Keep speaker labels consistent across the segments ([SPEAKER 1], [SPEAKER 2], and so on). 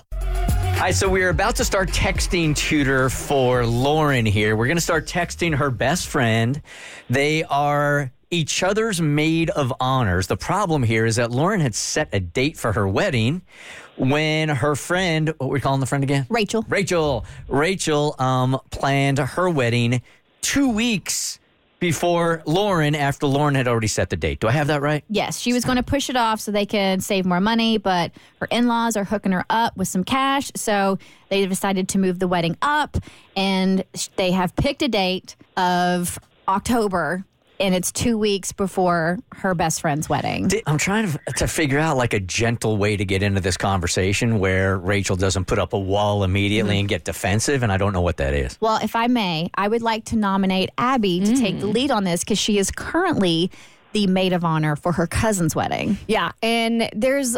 [SPEAKER 1] All right, so we're about to start texting tutor for Lauren here. We're going to start texting her best friend. They are each other's maid of honors. The problem here is that Lauren had set a date for her wedding when her friend, what are we calling the friend again?
[SPEAKER 2] Rachel.
[SPEAKER 1] Rachel. Rachel um, planned her wedding two weeks before Lauren after Lauren had already set the date. Do I have that right?
[SPEAKER 2] Yes, she was going to push it off so they could save more money, but her in laws are hooking her up with some cash. So they decided to move the wedding up and sh- they have picked a date of October and it's two weeks before her best friend's wedding.
[SPEAKER 1] Di- I'm trying to, to figure out like a gentle way to get into this conversation where Rachel doesn't put up a wall immediately and get defensive, and I don't know what that is.
[SPEAKER 2] Well, if I may, I would like to nominate Abby to take the lead on this because she is currently the maid of honor for her cousin's wedding.
[SPEAKER 3] Yeah, and there's,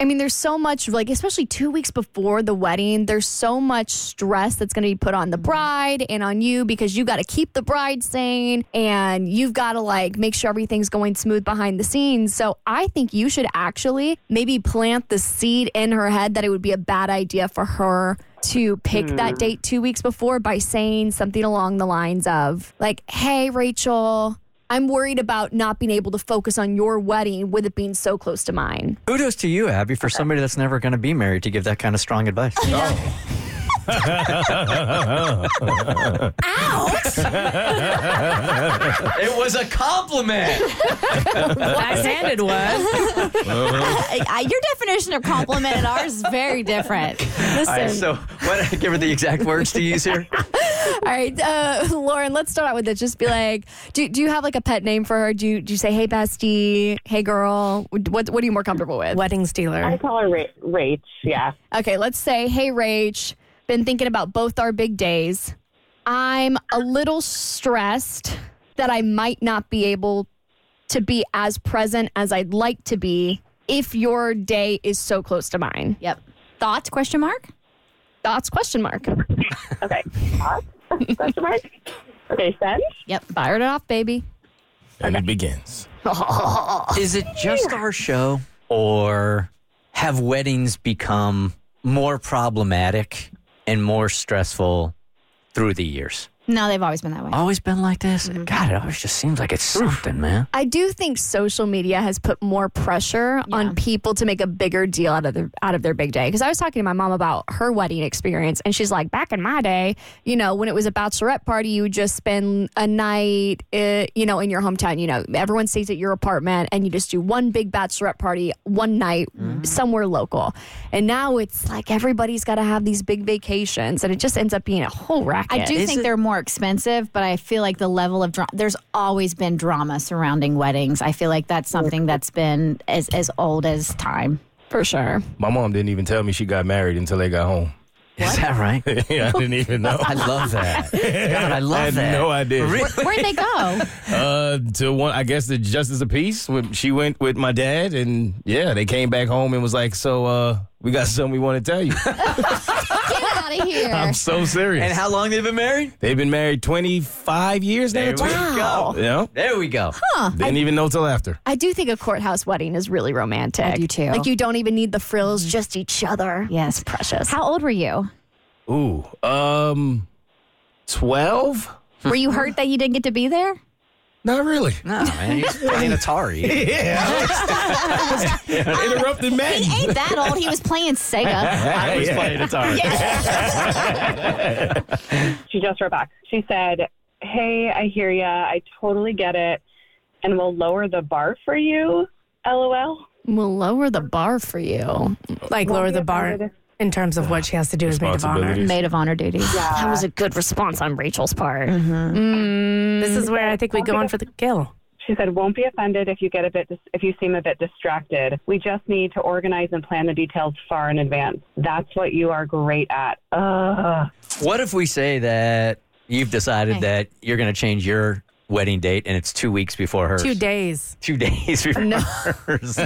[SPEAKER 3] I mean, there's so much like, especially two weeks before the wedding, there's so much stress that's going to be put on the bride and on you because you got to keep the bride sane and you've got to like make sure everything's going smooth behind the scenes. So I think you should actually maybe plant the seed in her head that it would be a bad idea for her to pick that date two weeks before by saying something along the lines of like, "Hey, Rachel." I'm worried about not being able to focus on your wedding with it being so close to mine.
[SPEAKER 1] Kudos to you, Abby, for somebody that's never going to be married to give that kind of strong advice. Oh. it was a compliment.
[SPEAKER 4] Backhanded was.
[SPEAKER 2] I- I- your definition of compliment and ours is very different.
[SPEAKER 1] All right, so what, give her the exact words to use here.
[SPEAKER 3] All right, uh, Lauren, let's start out with this. Just be like, do, do you have like a pet name for her? Do you, do you say, hey, bestie, hey, girl? What, what are you more comfortable with?
[SPEAKER 4] Wedding stealer.
[SPEAKER 5] I call her Ra- Rach. Yeah.
[SPEAKER 3] Okay, let's say, hey, Rach, been thinking about both our big days. I'm a little stressed that I might not be able to be as present as I'd like to be if your day is so close to mine.
[SPEAKER 2] Yep. Thoughts? Question mark.
[SPEAKER 3] Thoughts? Question mark.
[SPEAKER 5] Okay. Thoughts? Question mark? Okay, send.
[SPEAKER 2] Yep.
[SPEAKER 3] Fired it off, baby.
[SPEAKER 6] And it begins.
[SPEAKER 1] Is it just our show, or have weddings become more problematic and more stressful through the years?
[SPEAKER 2] No, they've always been that way.
[SPEAKER 1] Always been like this? God, it always just seems like it's something, man.
[SPEAKER 3] I do think social media has put more pressure on people to make a bigger deal out of their out of their big day. Because I was talking to my mom about her wedding experience, and she's like, "Back in my day, you know, when it was a bachelorette party, you would just spend a night, uh, you know, in your hometown. You know, everyone stays at your apartment, and you just do one big bachelorette party one night
[SPEAKER 2] Mm-hmm.
[SPEAKER 3] somewhere local. And now it's like everybody's got to have these big vacations, and it just ends up being a whole racket.
[SPEAKER 2] I do think they're more expensive, but I feel like the level of drama. There's always been drama surrounding weddings. I feel like that's something that's been as as old as time.
[SPEAKER 3] for sure.
[SPEAKER 7] My mom didn't even tell me she got married until they got home.
[SPEAKER 1] Is that right?
[SPEAKER 7] yeah, I didn't even know.
[SPEAKER 1] I love that. God, I love
[SPEAKER 7] I had
[SPEAKER 1] that.
[SPEAKER 7] no idea.
[SPEAKER 1] Really?
[SPEAKER 2] Where'd they go?
[SPEAKER 7] Uh, to one, I guess the justice of peace. when She went with my dad, and yeah, they came back home and was like, "So, uh, we got something we want to tell you."
[SPEAKER 2] Get out of here.
[SPEAKER 7] I'm so serious.
[SPEAKER 1] And how long they've been married?
[SPEAKER 7] They've been married 25 years now.
[SPEAKER 1] There we
[SPEAKER 7] 20
[SPEAKER 1] go.
[SPEAKER 7] Yeah,
[SPEAKER 1] There we go.
[SPEAKER 7] didn't even know till after.
[SPEAKER 3] I do think a courthouse wedding is really romantic.
[SPEAKER 2] I do too.
[SPEAKER 3] Like you don't even need the frills, just each other.
[SPEAKER 2] yes, precious. How old were you?
[SPEAKER 7] Ooh, um, 12?
[SPEAKER 2] Were you hurt that you didn't get to be there?
[SPEAKER 7] Not really.
[SPEAKER 1] No, man, he's playing Atari. Uh,
[SPEAKER 7] Interrupted man.
[SPEAKER 2] He ain't that old. He was playing Sega.
[SPEAKER 1] I was playing Atari.
[SPEAKER 5] She just wrote back. She said, Hey, I hear ya. I totally get it. And we'll lower the bar for you. LOL.
[SPEAKER 3] We'll lower the bar for you.
[SPEAKER 4] Like lower the bar in terms of what she has to do as maid of honor.
[SPEAKER 7] Responsibilities.
[SPEAKER 2] Maid of honor duty.
[SPEAKER 3] That was a good response on Rachel's part.
[SPEAKER 4] This is where I think we go on for the kill.
[SPEAKER 5] She said, "Won't be offended if you get a bit dis- if you seem a bit distracted. We just need to organize and plan the details far in advance. That's what you are great at." Ugh.
[SPEAKER 1] What if we say that you've decided that you're going to change your wedding date and it's two weeks before hers?
[SPEAKER 4] Two days.
[SPEAKER 1] Two days before hers.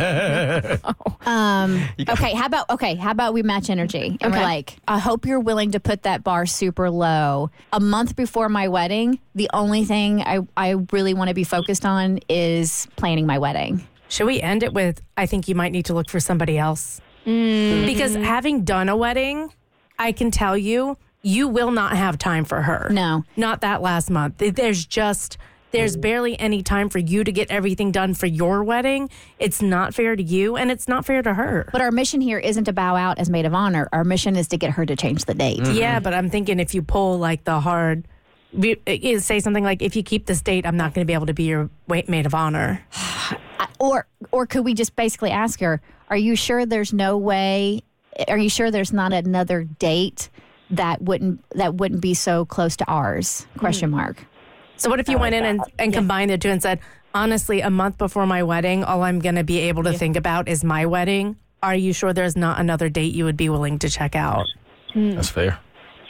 [SPEAKER 2] Um, okay, how about okay, how about we match energy? And we're
[SPEAKER 3] Okay.
[SPEAKER 2] like, I hope you're willing to put that bar super low. A month before my wedding, the only thing I, I really want to be focused on is planning my wedding.
[SPEAKER 4] Should we end it with, I think you might need to look for somebody else? Because having done a wedding, I can tell you, you will not have time for her.
[SPEAKER 2] No.
[SPEAKER 4] Not that last month. Th- There's just, there's barely any time for you to get everything done for your wedding. It's not fair to you and it's not fair to her.
[SPEAKER 2] But our mission here isn't to bow out as maid of honor. Our mission is to get her to change the date.
[SPEAKER 3] Mm.
[SPEAKER 4] Yeah, but I'm thinking if you pull like the hard, be- eh, say something like, if you keep this date, I'm not going to be able to be your wa- maid of honor.
[SPEAKER 2] I- or or could we just basically ask her, are you sure there's no way are you sure there's not another date that wouldn't that wouldn't be so close to ours?
[SPEAKER 3] Mm.
[SPEAKER 2] Question mark.
[SPEAKER 4] So what if you went in and, and combined the two and said, honestly, a month before my wedding, all I'm going to be able to think about is my wedding. Are you sure there's not another date you would be willing to check out?
[SPEAKER 7] That's fair.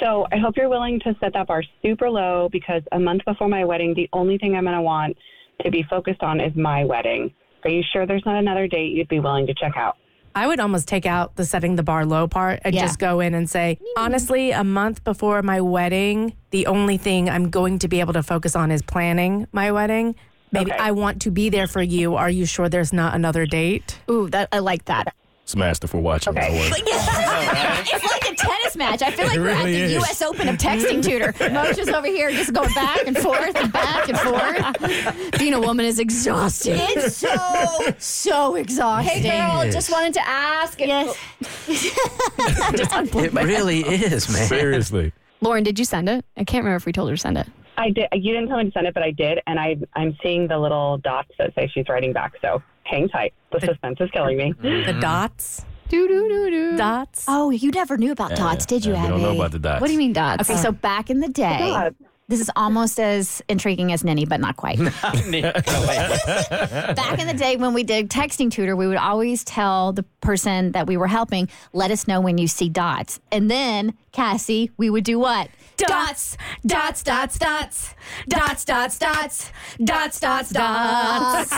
[SPEAKER 5] So I hope you're willing to set that bar super low because a month before my wedding, the only thing I'm going to want to be focused on is my wedding. Are you sure there's not another date you'd be willing to check out?
[SPEAKER 4] I would almost take out the setting the bar low part and
[SPEAKER 2] Yeah.
[SPEAKER 4] just go in and say, honestly, a month before my wedding, the only thing I'm going to be able to focus on is planning my wedding. Maybe I want to be there for you. Are you sure there's not another date?
[SPEAKER 3] Ooh, that I like that.
[SPEAKER 7] It's master for watching. Okay.
[SPEAKER 2] it's like a tennis match. I feel like
[SPEAKER 7] It
[SPEAKER 2] we're at the
[SPEAKER 7] really is.
[SPEAKER 2] U.S. Open of texting tutor. Moshe's over here just going back and forth and back and forth.
[SPEAKER 3] Being a woman is exhausting.
[SPEAKER 2] It's so so exhausting.
[SPEAKER 3] Girl, just wanted to ask.
[SPEAKER 2] Yes.
[SPEAKER 1] it really is, man.
[SPEAKER 7] Seriously.
[SPEAKER 3] Lauren, did you send it? I can't remember if we told her to send it.
[SPEAKER 5] I did. You didn't tell me to send it, but I did, and I I'm seeing the little dots that say she's writing back. So hang tight. The suspense is killing me.
[SPEAKER 4] The
[SPEAKER 1] Mm-hmm.
[SPEAKER 4] dots?
[SPEAKER 3] Do do do do. Uh,
[SPEAKER 4] Dots?
[SPEAKER 2] Oh, you never knew about dots, did you,
[SPEAKER 7] Yeah, we
[SPEAKER 2] Abby?
[SPEAKER 7] don't know about the dots.
[SPEAKER 3] What do you mean dots?
[SPEAKER 2] Okay, Oh, so back in the day,
[SPEAKER 5] God.
[SPEAKER 2] this is almost as intriguing as Ninny, but not quite. back in the day when we did texting tutor, we would always tell the person that we were helping, let us know when you see dots. And then, Cassie, we would do what?
[SPEAKER 4] Dots, dots, dots, dots, dots, dots, dots, dots, dots, dots.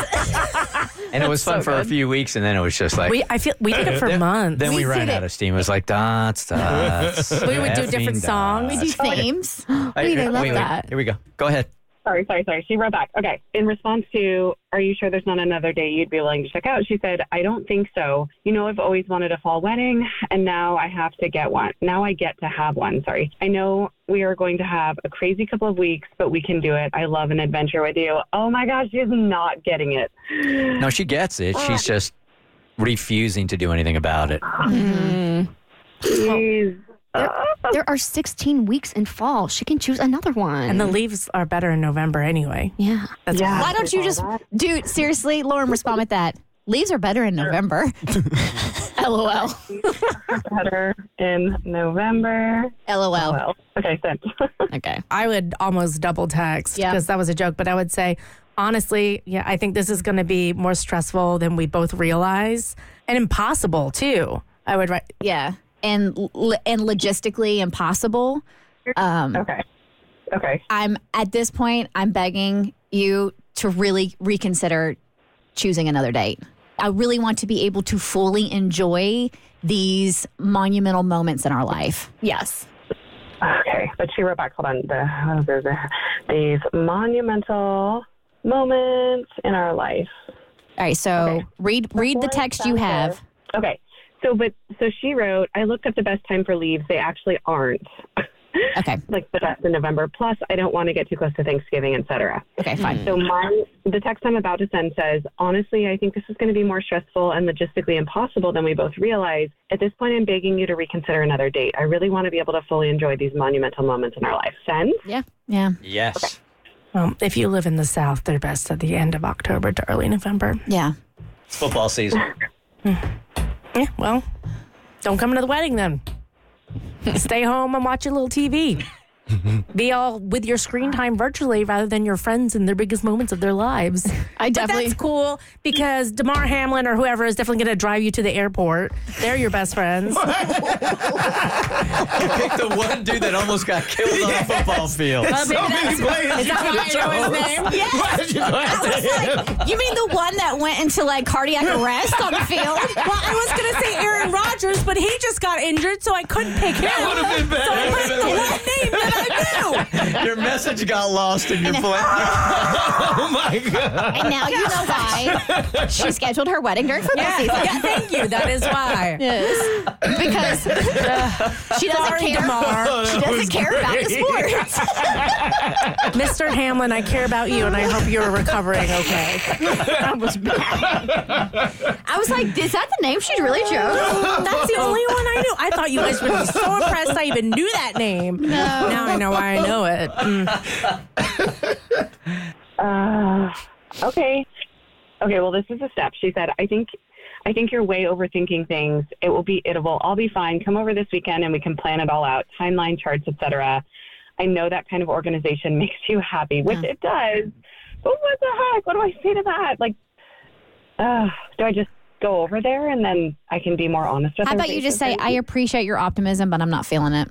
[SPEAKER 1] And it was fun for a few weeks, and then it was just like.
[SPEAKER 4] We, I feel we did it for months.
[SPEAKER 1] then we,
[SPEAKER 2] we
[SPEAKER 1] ran
[SPEAKER 2] did
[SPEAKER 1] out
[SPEAKER 2] it.
[SPEAKER 1] of steam. It was like dots, dots.
[SPEAKER 4] We would do different songs.
[SPEAKER 2] We do themes.
[SPEAKER 1] Wait,
[SPEAKER 2] they love
[SPEAKER 1] wait, wait.
[SPEAKER 2] that.
[SPEAKER 1] Here we go. Go ahead.
[SPEAKER 5] Sorry, sorry, sorry. She wrote back. Okay. In response to, are you sure there's not another day you'd be willing to check out? She said, I don't think so. You know, I've always wanted a fall wedding, and now I have to get one. Now I get to have one. Sorry. I know we are going to have a crazy couple of weeks, but we can do it. I love an adventure with you. Oh my gosh, she's not getting it.
[SPEAKER 1] No, she gets it. She's just refusing to do anything about it.
[SPEAKER 5] Jeez.
[SPEAKER 3] There are 16 weeks in fall. She can choose another one.
[SPEAKER 4] And the leaves are better in November anyway.
[SPEAKER 3] yeah.
[SPEAKER 5] Yeah.
[SPEAKER 2] Why don't you just, dude, seriously, Lauren, respond with that. Leaves are better in November. LOL.
[SPEAKER 5] Better in November.
[SPEAKER 2] LOL.
[SPEAKER 5] Well, okay, sent.
[SPEAKER 3] Okay.
[SPEAKER 4] I would almost double text
[SPEAKER 2] Yeah.
[SPEAKER 4] because that was a joke, but I would say, honestly, yeah, I think this is going to be more stressful than we both realize and impossible too. I would write,
[SPEAKER 2] Yeah. And lo- and logistically impossible. Um,
[SPEAKER 5] okay. Okay.
[SPEAKER 2] I'm at this point, I'm begging you to really reconsider choosing another date. I really want to be able to fully enjoy these monumental moments in our life.
[SPEAKER 3] Yes.
[SPEAKER 5] Okay, but she wrote back. Hold on. The, oh, the, the, these monumental moments in our life.
[SPEAKER 2] All right, so read read the
[SPEAKER 5] Before
[SPEAKER 2] text you
[SPEAKER 5] Santa.
[SPEAKER 2] have.
[SPEAKER 5] Okay. So, but so she wrote. I looked up the best time for leaves. They actually aren't
[SPEAKER 2] Okay,
[SPEAKER 5] like the best in November. Plus, I don't want to get too close to Thanksgiving, etc.
[SPEAKER 2] okay,
[SPEAKER 3] Mm.
[SPEAKER 2] fine.
[SPEAKER 5] So mine, the text I'm about to send says, honestly, I think this is going to be more stressful and logistically impossible than we both realize. At this point, I'm begging you to reconsider another date. I really want to be able to fully enjoy these monumental moments in our life. Send.
[SPEAKER 2] Yeah,
[SPEAKER 1] Yes.
[SPEAKER 4] well, if you live in the South, they're best at the end of October to early November.
[SPEAKER 2] yeah.
[SPEAKER 1] It's football season.
[SPEAKER 4] Yeah, well, don't come to the wedding then. Stay home and watch a little TV. be all with your screen time virtually rather than your friends in their biggest moments of their lives.
[SPEAKER 3] I
[SPEAKER 4] But
[SPEAKER 3] definitely.
[SPEAKER 4] that's cool because Damar Hamlin or whoever is definitely going to drive you to the airport. They're your best friends.
[SPEAKER 1] Pick the one dude that almost got killed on the football field.
[SPEAKER 2] You mean the one that went into like cardiac arrest on the field?
[SPEAKER 8] Well, I was gonna say Aaron Rodgers, but he just got injured, so I couldn't pick him. That would have been better. So I picked the one name that I knew.
[SPEAKER 1] Your message got lost in your plan.
[SPEAKER 7] Oh my god!
[SPEAKER 2] And now you know why she scheduled her wedding during football season.
[SPEAKER 8] yeah, thank you. That is why.
[SPEAKER 2] Yes, because she doesn't care. She doesn't care about the sports.
[SPEAKER 4] Mr. Hamlin, I care about you and I hope you're recovering okay. That was bad.
[SPEAKER 2] I was like, is that the name she really chose? Um,
[SPEAKER 4] That's the only one I knew. I thought you guys would be so impressed I even knew that name. No. Now I know why I know it.
[SPEAKER 5] Uh, okay. Okay, well this is a step. She said, I think I think you're way overthinking things. It will be it will all be fine. Come over this weekend and we can plan it all out. Timeline charts, etc. I know that kind of organization makes you happy, which it does. But what the heck? What do I say to that? Like uh, do I just go over there and then I can be more honest with
[SPEAKER 2] How
[SPEAKER 5] her
[SPEAKER 2] about you just say,
[SPEAKER 5] face-to-face?
[SPEAKER 2] I appreciate your optimism, but I'm not feeling it.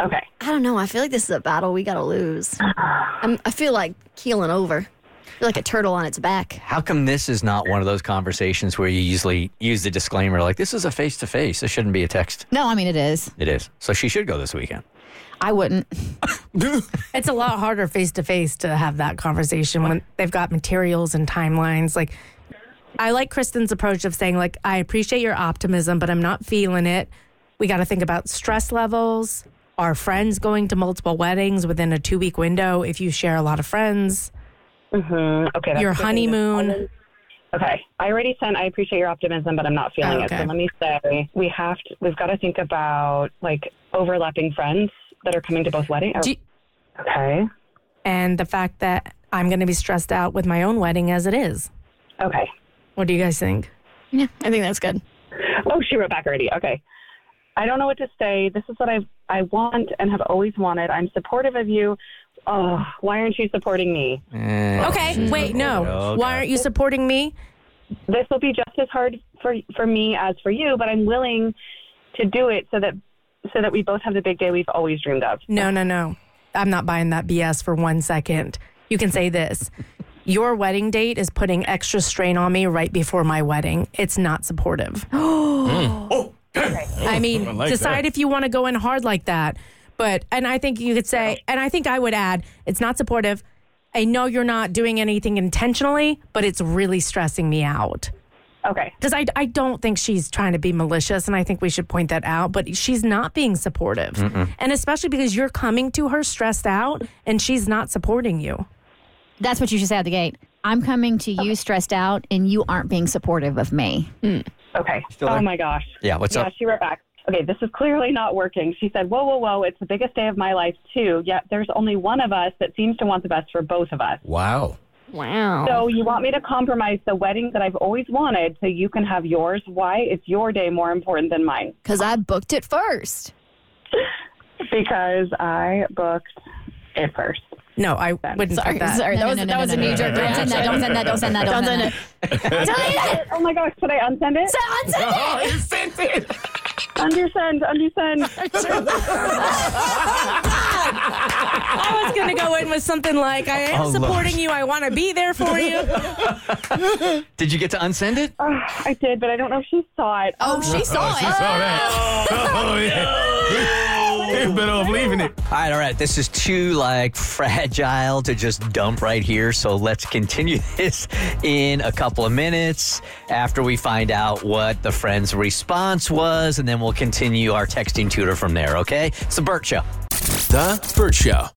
[SPEAKER 5] Okay.
[SPEAKER 3] I don't know. I feel like this is a battle we got to lose. I'm, I feel like keeling over. I feel like a turtle on its back.
[SPEAKER 1] How come this is not one of those conversations where you usually use the disclaimer like this is a face to face. This shouldn't be a text.
[SPEAKER 2] No, I mean it is.
[SPEAKER 1] It is. So she should go this weekend.
[SPEAKER 2] I wouldn't.
[SPEAKER 4] It's a lot harder face to face to have that conversation when they've got materials and timelines. Like, I like Kristen's approach of saying, like, I appreciate your optimism, but I'm not feeling it. We got to think about stress levels. Are friends going to multiple weddings within a two week window if you share a lot of friends?
[SPEAKER 5] Mhm. Okay. that's
[SPEAKER 4] Mm-hmm. Your
[SPEAKER 5] the thing.
[SPEAKER 4] honeymoon.
[SPEAKER 5] Okay. I already sent I appreciate your optimism, but I'm not feeling it.
[SPEAKER 4] Oh, Okay.
[SPEAKER 5] So let me say we have to, we've got to think about like overlapping friends that are coming to both weddings.
[SPEAKER 4] Do you-
[SPEAKER 5] okay.
[SPEAKER 4] and the fact that I'm going to be stressed out with my own wedding as it is.
[SPEAKER 5] Okay.
[SPEAKER 4] What do you guys think?
[SPEAKER 3] Yeah, I think that's good.
[SPEAKER 5] Oh, she wrote back already. Okay. I don't know what to say. This is what I I want and have always wanted. I'm supportive of you. Oh, why aren't you supporting me?
[SPEAKER 4] Eh.
[SPEAKER 1] Oh,
[SPEAKER 4] Okay, wait, no. Why aren't you supporting me?
[SPEAKER 5] This will be just as hard for for me as for you, but I'm willing to do it so that so that we both have the big day we've always dreamed of.
[SPEAKER 4] No, no, no. I'm not buying that BS for one second. You can say this Your wedding date is putting extra strain on me right before my wedding. It's not supportive. I mean,
[SPEAKER 7] Oh, like
[SPEAKER 4] decide
[SPEAKER 7] that.
[SPEAKER 4] if you want to go in hard like that. But, and I think you could say, and I think I would add, it's not supportive. I know you're not doing anything intentionally, but it's really stressing me out.
[SPEAKER 5] Okay.
[SPEAKER 4] Because I, I don't think she's trying to be malicious, and I think we should point that out, but she's not being supportive. And especially because you're coming to her stressed out and she's not supporting you.
[SPEAKER 2] That's what you should say at the gate. I'm coming to you stressed out, and you aren't being supportive of me.
[SPEAKER 5] Okay.
[SPEAKER 1] there?
[SPEAKER 5] Oh my gosh.
[SPEAKER 1] Yeah, what's
[SPEAKER 5] yeah,
[SPEAKER 1] up?
[SPEAKER 5] she wrote back. Okay, this is clearly not working. She said, Whoa, whoa, whoa, it's the biggest day of my life too. Yet there's only one of us that seems to want the best for both of us.
[SPEAKER 6] Wow.
[SPEAKER 9] Wow.
[SPEAKER 5] So you want me to compromise the wedding that I've always wanted so you can have yours? Why is your day more important than mine?
[SPEAKER 3] Because I booked it first.
[SPEAKER 5] Because I booked it first.
[SPEAKER 4] No, I wouldn't
[SPEAKER 3] Sorry,
[SPEAKER 4] put that.
[SPEAKER 3] sorry.
[SPEAKER 2] No,
[SPEAKER 3] That
[SPEAKER 2] no, no, no,
[SPEAKER 3] was that was a
[SPEAKER 2] no, no,
[SPEAKER 3] knee
[SPEAKER 2] no,
[SPEAKER 3] jerk
[SPEAKER 2] no, no,
[SPEAKER 3] reaction.
[SPEAKER 2] Don't send that. Don't send that. Don't send that.
[SPEAKER 3] Delete it.
[SPEAKER 5] Oh my gosh, should I unsend it?
[SPEAKER 3] Don't send it.
[SPEAKER 5] Undersend, undersend.
[SPEAKER 4] I was going to go in with something like, I am
[SPEAKER 1] Oh, Lord.
[SPEAKER 4] supporting you. I want to be there for you.
[SPEAKER 1] Did you get to unsend it?
[SPEAKER 5] I did, but I don't know if she saw it.
[SPEAKER 3] Oh, she saw
[SPEAKER 7] She
[SPEAKER 3] it.
[SPEAKER 7] saw that. Oh, yeah. You better off leaving it.
[SPEAKER 1] All right, all right. This is too like fragile to just dump right here. So let's continue this in a couple of minutes after we find out what the friend's response was, and then we'll continue our texting tutor from there. Okay, it's the Burt Show.
[SPEAKER 6] The Burt Show.